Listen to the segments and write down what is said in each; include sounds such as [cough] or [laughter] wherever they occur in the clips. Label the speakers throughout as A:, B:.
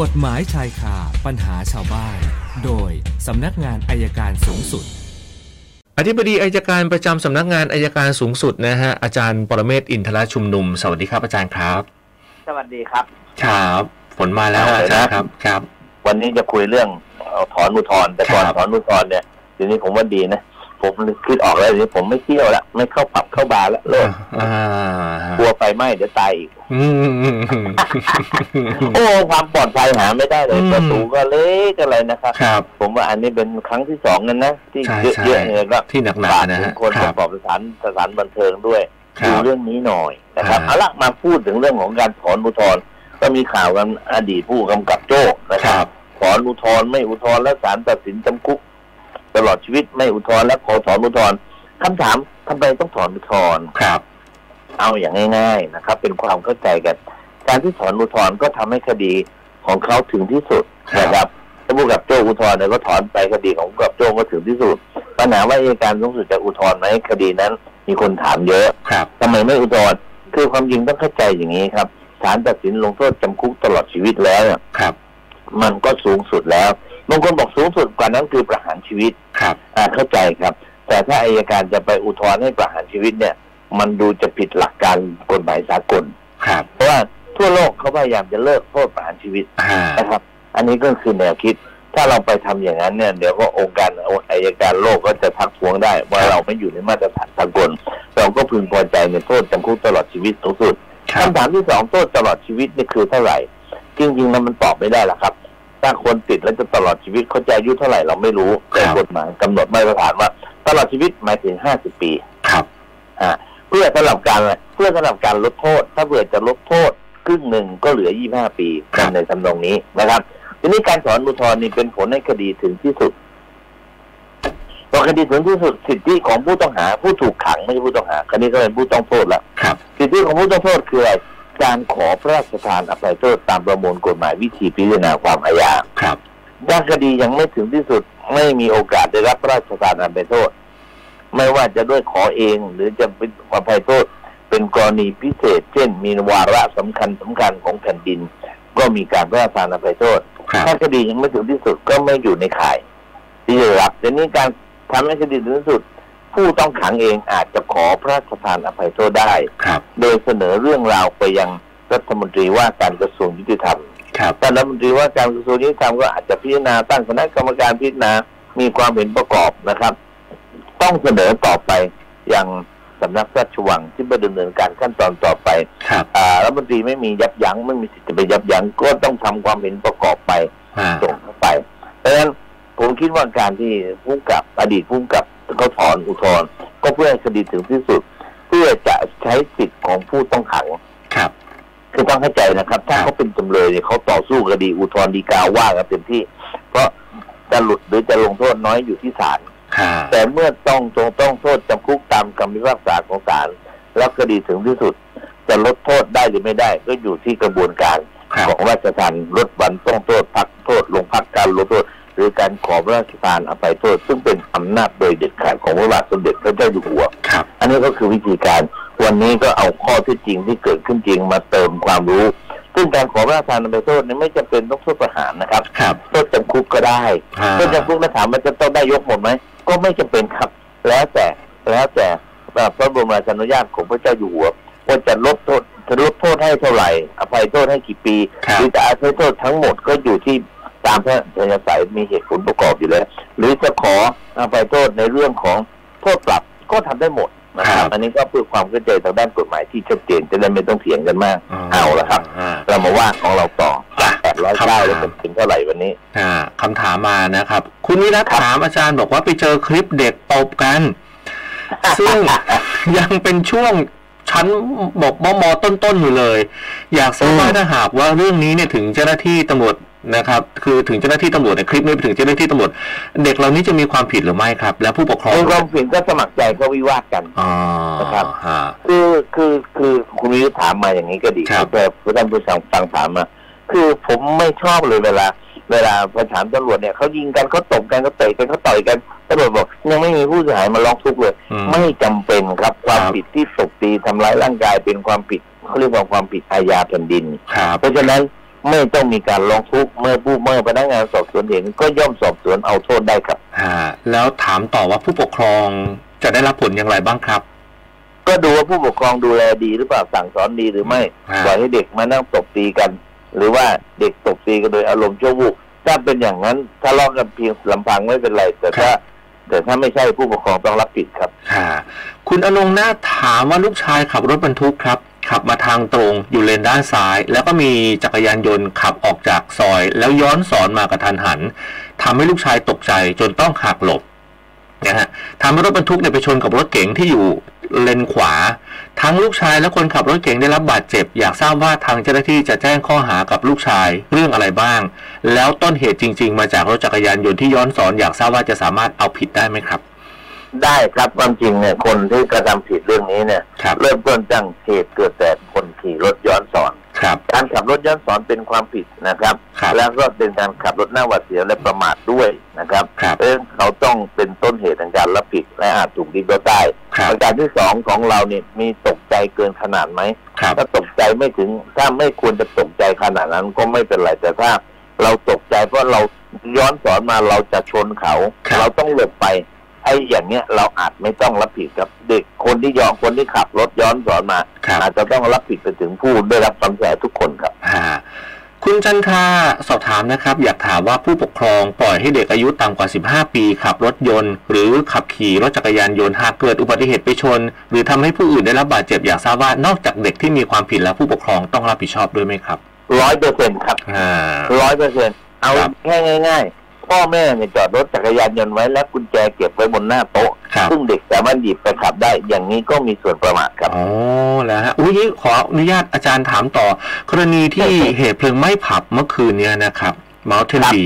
A: กฎหมายชายคาปัญหาชาวบ้าน โดยสำนักงานอายการสูงสุด
B: อธิบดีอายการประจำสำนักงานอายการสูงสุดนะฮะอาจารย์ปรเมศวร์อินทรชุมนุม สวัสดีครับอาจารย์ครับ
C: สวัสดีครับ
B: ครับฝนมาแล้ว
D: ครับ
B: อาจารย์ครับครับ
D: วันนี้จะคุยเรื่องเอ่อถอนอุทธรณ์แต่ก่อน
B: ครับ
D: ถอนอุทธรณ์เนี่ยเดี๋ยวนี้ผมว่าดีนะ ผมคิดออกแล้วเดี๋ยวนี้ผมไม่เที่ยวละไม่เข้าผับเข้าบาร์ละเลิก
B: อ่าก
D: ลัวไฟไหม้เดี๋ยวตายอีก
B: อืมอืมอืม
D: โอ้ความปลอดภัยหาไม่ได้เลย
B: อืม
D: ประตูก็เล็กอะไรนะครับ
B: ครับ
D: ผมว่าอันนี้เป็นครั้งที่สองกันนะ ที่
B: ใช่ใช่
D: เยอะๆเนี่ยก็
B: ที่หนักหนา
D: ฝาก
B: นะ
D: ถึ
B: ฮะ
D: งคน
B: ค
D: ป
B: รับ
D: ระกอบสถานสถานบันเทิงด้วย
B: ค
D: ดู
B: รับ
D: เรื่องนี้หน่อยนะครับ
B: อ่า
D: เอาละมาพูดถึงเรื่องของการถอนอุทธรณ์ก็มีข่าวกันอดีตผู้กำกับโจ้นะ
B: ค
D: ครั
B: รับ บ
D: ถอนอุทธรณ์ไม่อุทธรณ์และศาลตัดสินจำคุก ตลอดชีวิตไม่อุทธรณ์และขอถอนอุทธรณ์คำถามทำไมต้องถอนอุทธรณ์
B: ครับ
D: เอาอย่างง่าย ๆนะครับ เป็นความเข้าใจกัน การที่ถอนอุทธรณ์ก็ทำให้คดีของเขาถึงที่สุด
B: ครับ
D: นะครับถ้าผู้กำกับโจ้อุทธรณ์เนี่ยก็ถอนไปคดีของผู้กำกับโจ้ก็ถึงที่สุดปัญหาว่าอัยการสูงสุดจะอุทธรณ์ไหมคดีนั้น มีคนถามเยอะ
B: ครับ
D: ทำไมไม่อุทธรณ์คือความจริงต้องเข้าใจอย่างนี้ครับศาลตัดสินลงโทษจำคุกตลอดชีวิตแล้วเนี่ย
B: ครับ
D: มันก็สูงสุดแล้วบางคนบอกสูงสุดกว่านั้นคือประหารชีวิต
B: ครับ
D: อ่าเข้าใจครับ แต่ถ้าอายการจะไปอุทธรณ์ให้ประหารชีวิตเนี่ย มันดูจะผิดหลักการกฎหมายสากล
B: ครับ
D: เพราะว่าทั่วโลกเขาพยายามจะเลิกโทษประหารชีวิต
B: อ่า
D: นะครับ อันนี้ก็คือแนวคิด ถ้าเราไปทำอย่างนั้นเนี่ยเดี๋ยวก็องค์การอายการโลกก็จะทักท้วงได้ ว่าเราไม่อยู่ในมาตรฐานสากล เราก็พึงพอใจในโทษจำคุกตลอดชีวิตสูงสุด
B: ครับ
D: คำถามที่สองโทษตลอดชีวิตนี่คือเท่าไหร่ จริงๆแล้วมันตอบไม่ได้หรอกครับ ถ้าคนติดแล้วจะตลอดชีวิตเขาจะอายุเท่าไหร่เราไม่รู้แต่กฎหมายกำหนดมาตรฐานว่า ตลอดชีวิตหมายถึงห้าสิบปี
B: ครับ
D: เพื่อสำหรับการอะไรเพื่อสำหรับการลดโทษ ถ้าเผื่อจะลดโทษครึ่งหนึ่งก็เหลือยี่ห้าปีกันในทำนองนี้นะครับ ทีนี้การถอนอุทธรณ์นี่เป็นผลให้คดีถึงที่สุดพอคดีถึงที่สุดสิทธิของผู้ต้องหา ผู้ถูกขังไม่ใช่ผู้ต้องหาคดีก็เป็นผู้ต้องโทษละ
B: ครับ
D: สิทธิของผู้ต้องโทษคืออะไรการขอพระราชทานอภัยโทษตามประมวลกฎหมายวิธีพิจารณาความอาญา
B: ครับ
D: ถ้าคดียังไม่ถึงที่สุด ไม่มีโอกาสได้รับพระราชทานอภัยโทษ ไม่ว่าจะด้วยขอเองหรือจะเป็นอภัยโทษ เป็นกรณีพิเศษ เช่น มีวาระสำคัญสำคัญของแผ่นดิน ก็มีการพระราชทานอภัยโทษ
B: ครับ
D: ถ้าคดียังไม่ถึงที่สุดก็ไม่อยู่ในข่าย ที่จะรับแต่นี้การทำให้คดีถึงที่สุด ผู้ต้องขังเองอาจจะขอพระราชทานอภัยโทษได้
B: ครับ
D: โดยเสนอเรื่องราวไปยังรัฐมนตรีว่าการกระทรวงยุติธรรม
B: ครับ
D: ท่านรัฐมนตรีว่าการกระทรวงยุติธรรมก็อาจจะพิจารณาตั้งคณะกรรมการพิจารณา มีความเห็นประกอบนะครับ ต้องเสนอต่อไปยังสำนักพระราชวังที่ไปดำเนินการขั้นตอนต่อไป
B: ครับ
D: อ่ารัฐมนตรีไม่มียับยั้งไม่มีสิทธิ์จะไปยับยั้งก็ต้องทำความเห็นประกอบไป
B: อ่า
D: ส่งเข้าไป เพราะฉะนั้นผมคิดว่าการที่ผู้กำกับอดีตผู้กำกับเขาถอนอุทธรณ์ก็เพื่อให้คดีถึงที่สุด เพื่อจะใช้สิทธิ์ของผู้ต้องขัง
B: ครับ
D: คือต้องเข้าใจนะครับ ถ้าเขาเป็นจำเลยเนี่ยเขาต่อสู้คดีอุทธรณ์ฎีกาว่ากันเต็มที่ เพราะจะหลุดหรือจะลงโทษน้อยอยู่ที่ศาล
B: อ่า
D: แต่เมื่อต้องจงต้องโทษจำคุกตามคำพิพากษาของศาลแล้วคดีถึงที่สุด จะลดโทษได้หรือไม่ได้ ก็อยู่ที่กระบวนการ
B: ครับ
D: ของราชทัณฑ์ลดวันต้องโทษพักโทษลงพักการลงโทษ หรือการขอพระราชทานอภัยโทษ ซึ่งเป็นอำนาจโดยเด็ดขาดของพระบาทสมเด็จพระเจ้าอยู่หัว
B: ครับ
D: อันนี้ก็คือวิธีการ วันนี้ก็เอาข้อเที่จริงที่เกิดขึ้นจริงมาเติมความรู้ ซึ่งการขอพระราชทานอภัยโทษเนี่ยไม่จำเป็นต้องโทษประหารนะครับ
B: ครับ
D: โทษจำคุกก็ได้
B: อ่า
D: โทษจำคุกนะถามมันจะต้องได้ยกหมดไหมก็ไม่จำเป็นครับ แล้วแต่แล้วแต่พระบรมราชานุญาตของพระเจ้าอยู่หัวว่าจะลดโทษจะลดโทษให้เท่าไหร่ อภัยโทษให้กี่ปี
B: ครับ
D: หรือจะอาศัยโทษทั้งหมดก็อยู่ที่ตามพระธรรมสัยมีเหตุผลประกอบอยู่แล้ว หรือจะขออาภัยโทษในเรื่องของโทษปรับก็ทำได้หมดนะค
B: ครั
D: รับ
B: บ
D: อันนี้ก็เพื่อความเข้าใจทางด้านกฎหมายที่ชัดเจนจะได้ไม่ต้องเถียงกันมาก เอาละครับ
B: อ่า
D: เรามาว่าของเราต่อ
B: อ่ะ
D: แปดร้อย
B: ครับ
D: เก้าแล้วเป็นถึงเท่าไหร่วันนี้
B: อ่าคำถามมานะครับ คุณวิรัตถามอาจารย์บอกว่าไปเจอคลิปเด็กตบกัน
D: [laughs]
B: ซึ่ง ยังเป็นช่วงชั้นบอกมมต้นๆอยู่เลย อยากทราบว่า
D: อืม
B: ถ้าหากว่าเรื่องนี้เนี่ยถึงเจ้าหน้าที่ตำรวจนะครับ คือถึงเจ้าหน้าที่ตำรวจในยคลิปนี้ไปถึงเจ้าหน้าที่ตำรวจเด็กเหล่านี้จะมีความผิดหรือไม่ครับ และผู้ปกครอง
D: องค์ความผิดก็สมัครใจก็วิวาทกัน
B: อ๋อ
D: นะครับ
B: ฮะ
D: คือคือคือคุณวิวถามมาอย่างนี้ก็ดี
B: ครับ
D: แต่ท่านผู้ฟังฟังถามมาคือผมไม่ชอบเลยเวลา เวลาไปถามตำรวจเนี่ยเขายิงกันเขาตบกันเขาเตะกันเขาต่อยกันตำรวจบอกยังไม่มีผู้เสียหายมาร้องทุกข์เลย
B: อื
D: ไม่จำเป็นครับความ
B: ครับ
D: ผิดที่ตบตีทำร้ายร่างกายเป็นความผิดเขาเรียกว่าความผิดอาญาแผ่นดิน
B: ครับ
D: เพราะฉะนั้น ไม่ต้องมีการร้องทุกข์เมื่อผู้เมื่อพนักงานสอบสวนเห็นก็ย่อมสอบสวนเอาโทษได้ครับ
B: อ่าแล้วถามต่อว่าผู้ปกครองจะได้รับผลอย่างไรบ้างครับ
D: ก็ดูว่าผู้ปกครองดูแลดีหรือเปล่าสั่งสอนดีหรือไม่
B: อ่า
D: ปล่อยให้เด็กมานั่งตบตีกัน หรือว่าเด็กตบตีกันโดยอารมณ์ชั่ววูบถ้าเป็นอย่างนั้นทะเลาะกันเพียงลำพังไม่เป็นไร แต่ถ้า แต่ถ้าไม่ใช่ผู้ปกครองต้องรับผิดครับ
B: ค่ะ คุณอนงนาถถามว่าลูกชายขับรถบรรทุกครับ ขับมาทางตรงอยู่เลนด้านซ้าย แล้วก็มีจักรยานยนต์ขับออกจากซอย แล้วย้อนสอนมากระทันหันทำให้ลูกชายตกใจจนต้องหักหลบนะฮะทำให้รถบรรทุกเนี่ยไปชนกับรถเก๋งที่อยู่เลนขวา ทั้งลูกชายและคนขับรถเก๋งได้รับบาดเจ็บ อยากทราบว่าทางเจ้าหน้าที่จะแจ้งข้อหากับลูกชายเรื่องอะไรบ้าง แล้วต้นเหตุจริง ๆ มาจากรถจักรยานยนต์ที่ย้อนสอนอยากทราบว่าจะสามารถเอาผิดได้ไหมครับ
D: ได้ครับความจริงเนี่ยคนที่กระทำผิดเรื่องนี้เนี่ย
B: ครับ
D: เริ่มต้นจากเหตุเกิดแต่คนขี่รถย้อนสอน
B: ครับ
D: การขับรถย้อนสอนเป็นความผิดนะครับ
B: ครับ
D: แล้วก็เป็นการขับรถหน้าหวาดเสียวและประมาทด้วยนะครับ
B: ครับ
D: เพราะฉะนั้นเขาต้องเป็นต้นเหตุแห่งการรับผิดและอาจถูกดิ้นรถได้
B: ครับ
D: ประการที่สองของเราเนี่ยมีตกใจเกินขนาดไหม
B: ครับ
D: ถ้าตกใจไม่ถึงถ้าไม่ควรจะตกใจขนาดนั้นก็ไม่เป็นไรแต่ถ้า เราตกใจเพราะเราย้อนสอนมาเราจะชนเขา
B: ครับ
D: เราต้องหลบไปไอ้อย่างเนี้ยเราอาจไม่ต้องรับผิดกับเด็กคนที่ย้อนคนที่ขับรถย้อนสอนมา
B: ครับ
D: อาจจะต้องรับผิดไปถึงผู้ได้รับความเสียหายทุกคนครับ
B: ฮะคุณจันทราสอบถามนะครับ อยากถามว่าผู้ปกครองปล่อยให้เด็กอายุต่ำกว่า 15 ปีขับรถยนต์ หรือขับขี่รถจักรยานยนต์หากเกิดอุบัติเหตุไปชน หรือทำให้ผู้อื่นได้รับบาดเจ็บอยากทราบว่านอกจากเด็กที่มีความผิดแล้วผู้ปกครองต้องรับผิดชอบด้วยไหมครับ
D: ร้อยเปอร์เซ็นต์ครับ
B: อ่า
D: ร้อยเปอร์เซ็นต์เอา
B: ครับ
D: แค่ง่าย ๆ พ่อแม่เนี่ยจอดรถจักรยานยนต์ไว้และกุญแจเก็บไว้บนหน้าโต๊ะ
B: ครับ
D: ซึ่งเด็กสามารถหยิบไปขับได้ อย่างนี้ก็มีส่วนประมาทครับ
B: อ๋อแล้วฮะอุ้ยนี่ขออนุญาตอาจารย์ถามต่อ กรณีที่ เหตุเพลิงไหม้ผับเมื่อคืนเนี้ยนะครับมาเทน
D: ครับ
B: บี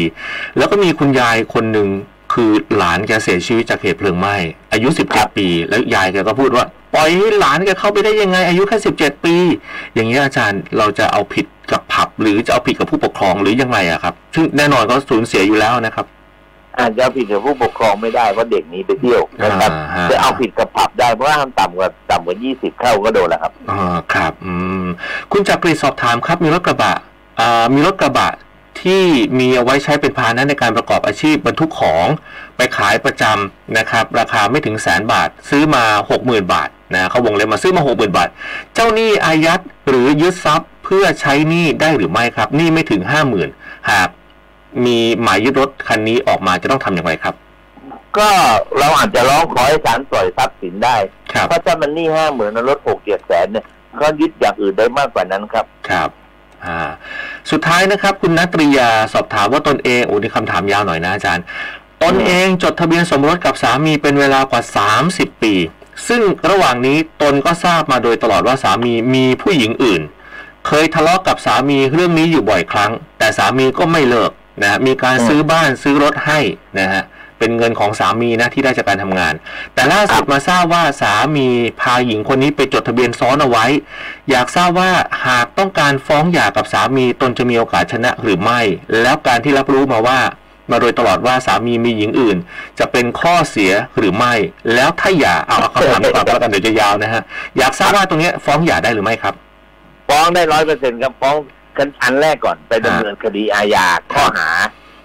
B: แล้วก็มีคุณยายคนหนึ่งคือหลานแกเสียชีวิตจากเหตุเพลิงไหม้อายุ 17 ปี แล้วยายแกก็พูดว่า ปล่อยให้หลานแกเข้าไปได้ยังไง อายุแค่ 17 ปี อย่างนี้ยอาจารย์เราจะเอาผิดกับผับ หรือจะเอาผิดกับผู้ปกครองหรือยังไงอะครับซึ่งแน่นอนก็สูญเสียอยู่แล้วนะครับ
D: อาจจะเอาผิดกับผู้ปกครองไม่ได้เพราะเด็กหนี้ไปเที่ยวนะครับ
B: อ่าฮะ
D: จะเอาผิดกับผับได้เพราะว่าห้ามต่ำกว่าต่ำกว่ายี่สิบเข้าก็โดนแล้วครับ
B: อ๋อครับอืมคุณจักรีสอบถามครับ มีรถกระบะอ่ามีรถกระบะที่มีเอาไว้ใช้เป็นพาหนะในการประกอบอาชีพบรรทุกของ ไปขายประจำนะครับ ราคาไม่ถึงแสนบาท ซื้อมา 60,000 บาทนะเขาวงเล็บมาซื้อมา 60,000 บาท เจ้าหนี้อายัดหรือยึดทรัพย์เพื่อใช้หนี้ได้หรือไม่ครับหนี้ไม่ถึง 50,000 หากมีหมายยึดรถคันนี้ออกมาจะต้องทำอย่างไรครับ
D: ก็เราอาจจะร้องขอให้ศาลปล่อยทรัพย์สินได้
B: ครับ
D: เพราะถ้ามันหนี้ห้าหมื่นรถหกเจ็ดแสนเนี่ยก็ยึดอย่างอื่นได้มากกว่านั้นครับ
B: ครับอ่าสุดท้ายนะครับ คุณนัตริยาสอบถามว่าตนเองโอ้นี่คำถามยาวหน่อยนะอาจารย์ ตนเองจดทะเบียนสมรสกับสามีเป็นเวลากว่า 30 ปี ซึ่งระหว่างนี้ตนก็ทราบมาโดยตลอดว่าสามีมีผู้หญิงอื่น เคยทะเลาะกับสามีเรื่องนี้อยู่บ่อยครั้ง แต่สามีก็ไม่เลิกนะฮะมีการ
D: อืม
B: ซื้อบ้านซื้อรถให้นะฮะเป็นเงินของสามีนะที่ได้จากการทำงาน แต่ล่าสุดมาทราบว่าสามีพาหญิงคนนี้ไปจดทะเบียนซ้อนเอาไว้ อยากทราบว่าหากต้องการฟ้องหย่ากับสามีตนจะมีโอกาสชนะหรือไม่ แล้วการที่รับรู้มาว่า มาโดยตลอดว่าสามีมีหญิงอื่น จะเป็นข้อเสียหรือไม่ แล้วถ้าหย่าเอาเอาคำถามนี้ก่อนก็แล้วกันเดี๋ยวจะยาวนะฮะอยากทราบว่าตรงเนี้ยฟ้องหย่าได้หรือไม่ครับ
D: ฟ้องได้ร้อยเปอร์เซ็นต์ครับฟ้องกันอันแรกก่อนไปดำเนินคดีอาญาข้อหา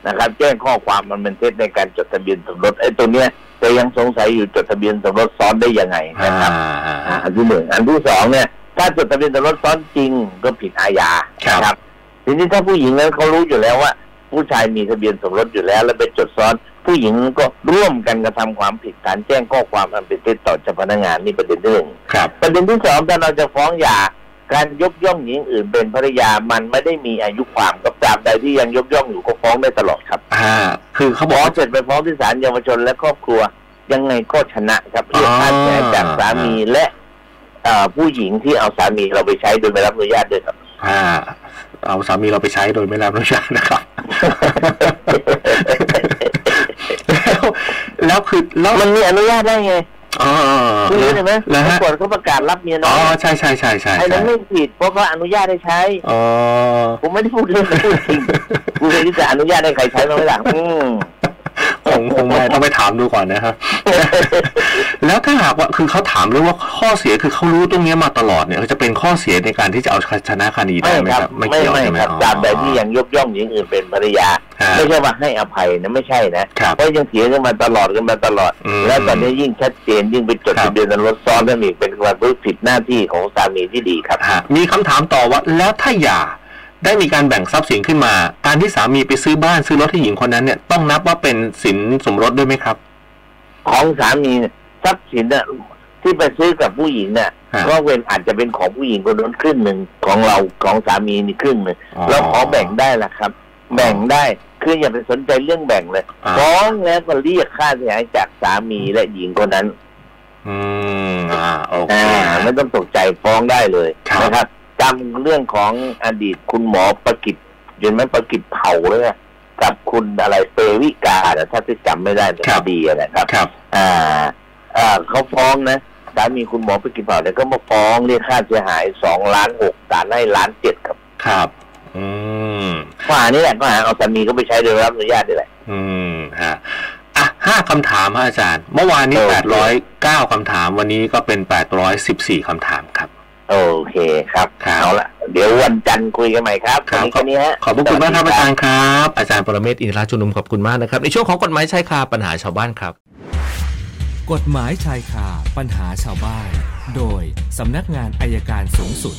D: นะครับ แจ้งข้อความมันเป็นเท็จในการจดทะเบียนสมรสไอ้ตัวเนี้ยแต่ยังสงสัยอยู่จดทะเบียนสมรสซ้อนได้ยังไงนะครับอ่าอันที่หนึ่งอันที่สองเนี่ย ถ้าจดทะเบียนสมรสซ้อนจริงก็ผิดอาญา
B: ครับ
D: นะทีนี้ถ้าผู้หญิงนั้นเขารู้อยู่แล้วว่า ผู้ชายมีทะเบียนสมรสอยู่แล้ว แล้วไปจดซ้อน ผู้หญิงก็ร่วมกันกระทำความผิดฐานแจ้งข้อความอันเป็นเท็จต่อเจ้าพนักงานนี่ประเด็นที่หนึ่ง
B: ครับ
D: ประเด็นที่สองถ้าเราจะฟ้องหย่าการยกย่องหญิงอื่นเป็นภรรยามันไม่ได้มีอายุความกับตราบใดที่ยังยกย่องอยู่ก็ฟ้องได้ตลอดครับ
B: อ่า คือเขาบอ
D: ฟ้
B: ก
D: อง
B: ว่า
D: เสร็จไปฟ้องที่ศาลเยาวชนและครอบครัว ยังไงก็ชนะครับเรียกค่าเสียหายจากสามีและเอ่อผู้หญิงที่เอาสามีเราไปใช้โดยไม่รับอนุญาตด้วยครับ
B: อ่า เอาสามีเราไปใช้โดยไม่รับอนุญาตนะครับ แล้วแล้วคือแล้ว
D: มันมีอนุญาตได้ไง
B: อ๋อ
D: คุณรู้ใช่ไหม
B: แล้วฮะ
D: กฎเขาประกาศรับเมียน้
B: อ๋
D: อ
B: อย ใช่ใช่ใช่ใช่
D: ไอ้นั้
B: ใช่
D: นไม่ผิดเพราะเขาอนุญาตให้ใช้
B: อ๋อ [laughs]
D: ผมไม่ได้พูดเรื่องนั้นจริงกูเลยที่จะอนุญาตให้ใครใช้มาไม่หลังอืม
B: โอ้ คงคงไม่ต้องไปถามดูก่อน
D: [laughs]
B: นะครับ แล้วถ้าหากว่าคือเขาถามเรื่องว่าข้อเสียคือเขารู้ตรงเนี้ยมาตลอดเนี่ยเขาจะเป็นข้อเสียในการที่จะเอาชนะคดีได้
D: ไม่
B: ไหม
D: ครั
B: ค
D: บ
B: รับ ไม่เกี่ยวใช่ไหม
D: ครับ
B: อ๋อ
D: ตราบใดที่ยังยกย่องหญิงอื่นเป็นภรรยา
B: ฮะ
D: ไม่ใช่ว่าให้อภัยนะไม่ใช่นะครับ เพราะยังเถียงกันมาตลอดกันมาตลอด
B: อืม
D: แล้วตอนนี้ยิ่งชัดเจนยิ่งไปจด
B: ครับ
D: ทะเบียนสมรสซ้อนนั่นอีกเป็นความรู้ผิดหน้าที่ของสามีที่ดีครับ
B: ฮะมีคำถามต่อว่าแล้วถ้าหย่าได้มีการแบ่งทรัพย์สินขึ้นมา การที่สามีไปซื้อบ้านซื้อรถให้หญิงคนนั้นเนี่ยต้องนับว่าเป็นสินสมรสด้วยไหมครับ
D: ของสามีเนี่ยทรัพย์สินน่ะที่ไปซื้อกับผู้หญิงน่ะ
B: ฮะ
D: ก็เว้นอาจจะเป็นของผู้หญิงคนนั้นครึ่งหนึ่งของเราของสามีนี่ครึ่งหนึ่งเราขอแบ่งได้ละครับ แบ่งได้คืออย่าไปสนใจเรื่องแบ่งเลย
B: อ่า
D: ฟ้องแล้วก็เรียกค่าเสียหายจากสามีและหญิงคนนั้น
B: อืมอ่าโอเค
D: อ่าไม่ต้องตกใจฟ้องได้เลย
B: ครับ
D: นะครับจำเรื่องของอดีตคุณหมอประกิตเห็นไหมประกิตเผาเลยนะกับคุณอะไรเปวิกาน่ะถ้าที่จำไม่ได้ในคดีอะนะครับ
B: ครับ
D: อ่า อ่าเขาฟ้องนะสามีคุณหมอประกิตเผาเนี่ยก็มาฟ้องเรียกค่าเสียหายสองล้านหกศาลให้ล้านเจ็ดครับ
B: ครับ อืม
D: ข้อหานี่แหละข้อหาเอาสามีก็ไปใช้โดยไม่รับอนุญาตนี่แหละ
B: อืมฮะอ่ะห้าคำถามฮะอาจารย์ เมื่อวานนี้
D: โอเค
B: แปดร้อยเก้าคำถาม วันนี้ก็เป็นแปดร้อยสิบสี่คำถามครับ
D: โอเคครับ
B: ครับ
D: เอาละเดี๋ยววันจันทร์คุยกันใหม่ครับวันนี้แค่นี้ฮะ
B: ขอบพระคุณมากครับอาจารย์ครับ อาจารย์ปรเมศวร์อินทราชุมนุมขอบคุณมากนะครับ ในช่วงของกฎหมายชายคาปัญหาชาวบ้านครับ
A: กฎหมายชายคาปัญหาชาวบ้าน โดยสำนักงานอายการสูงสุด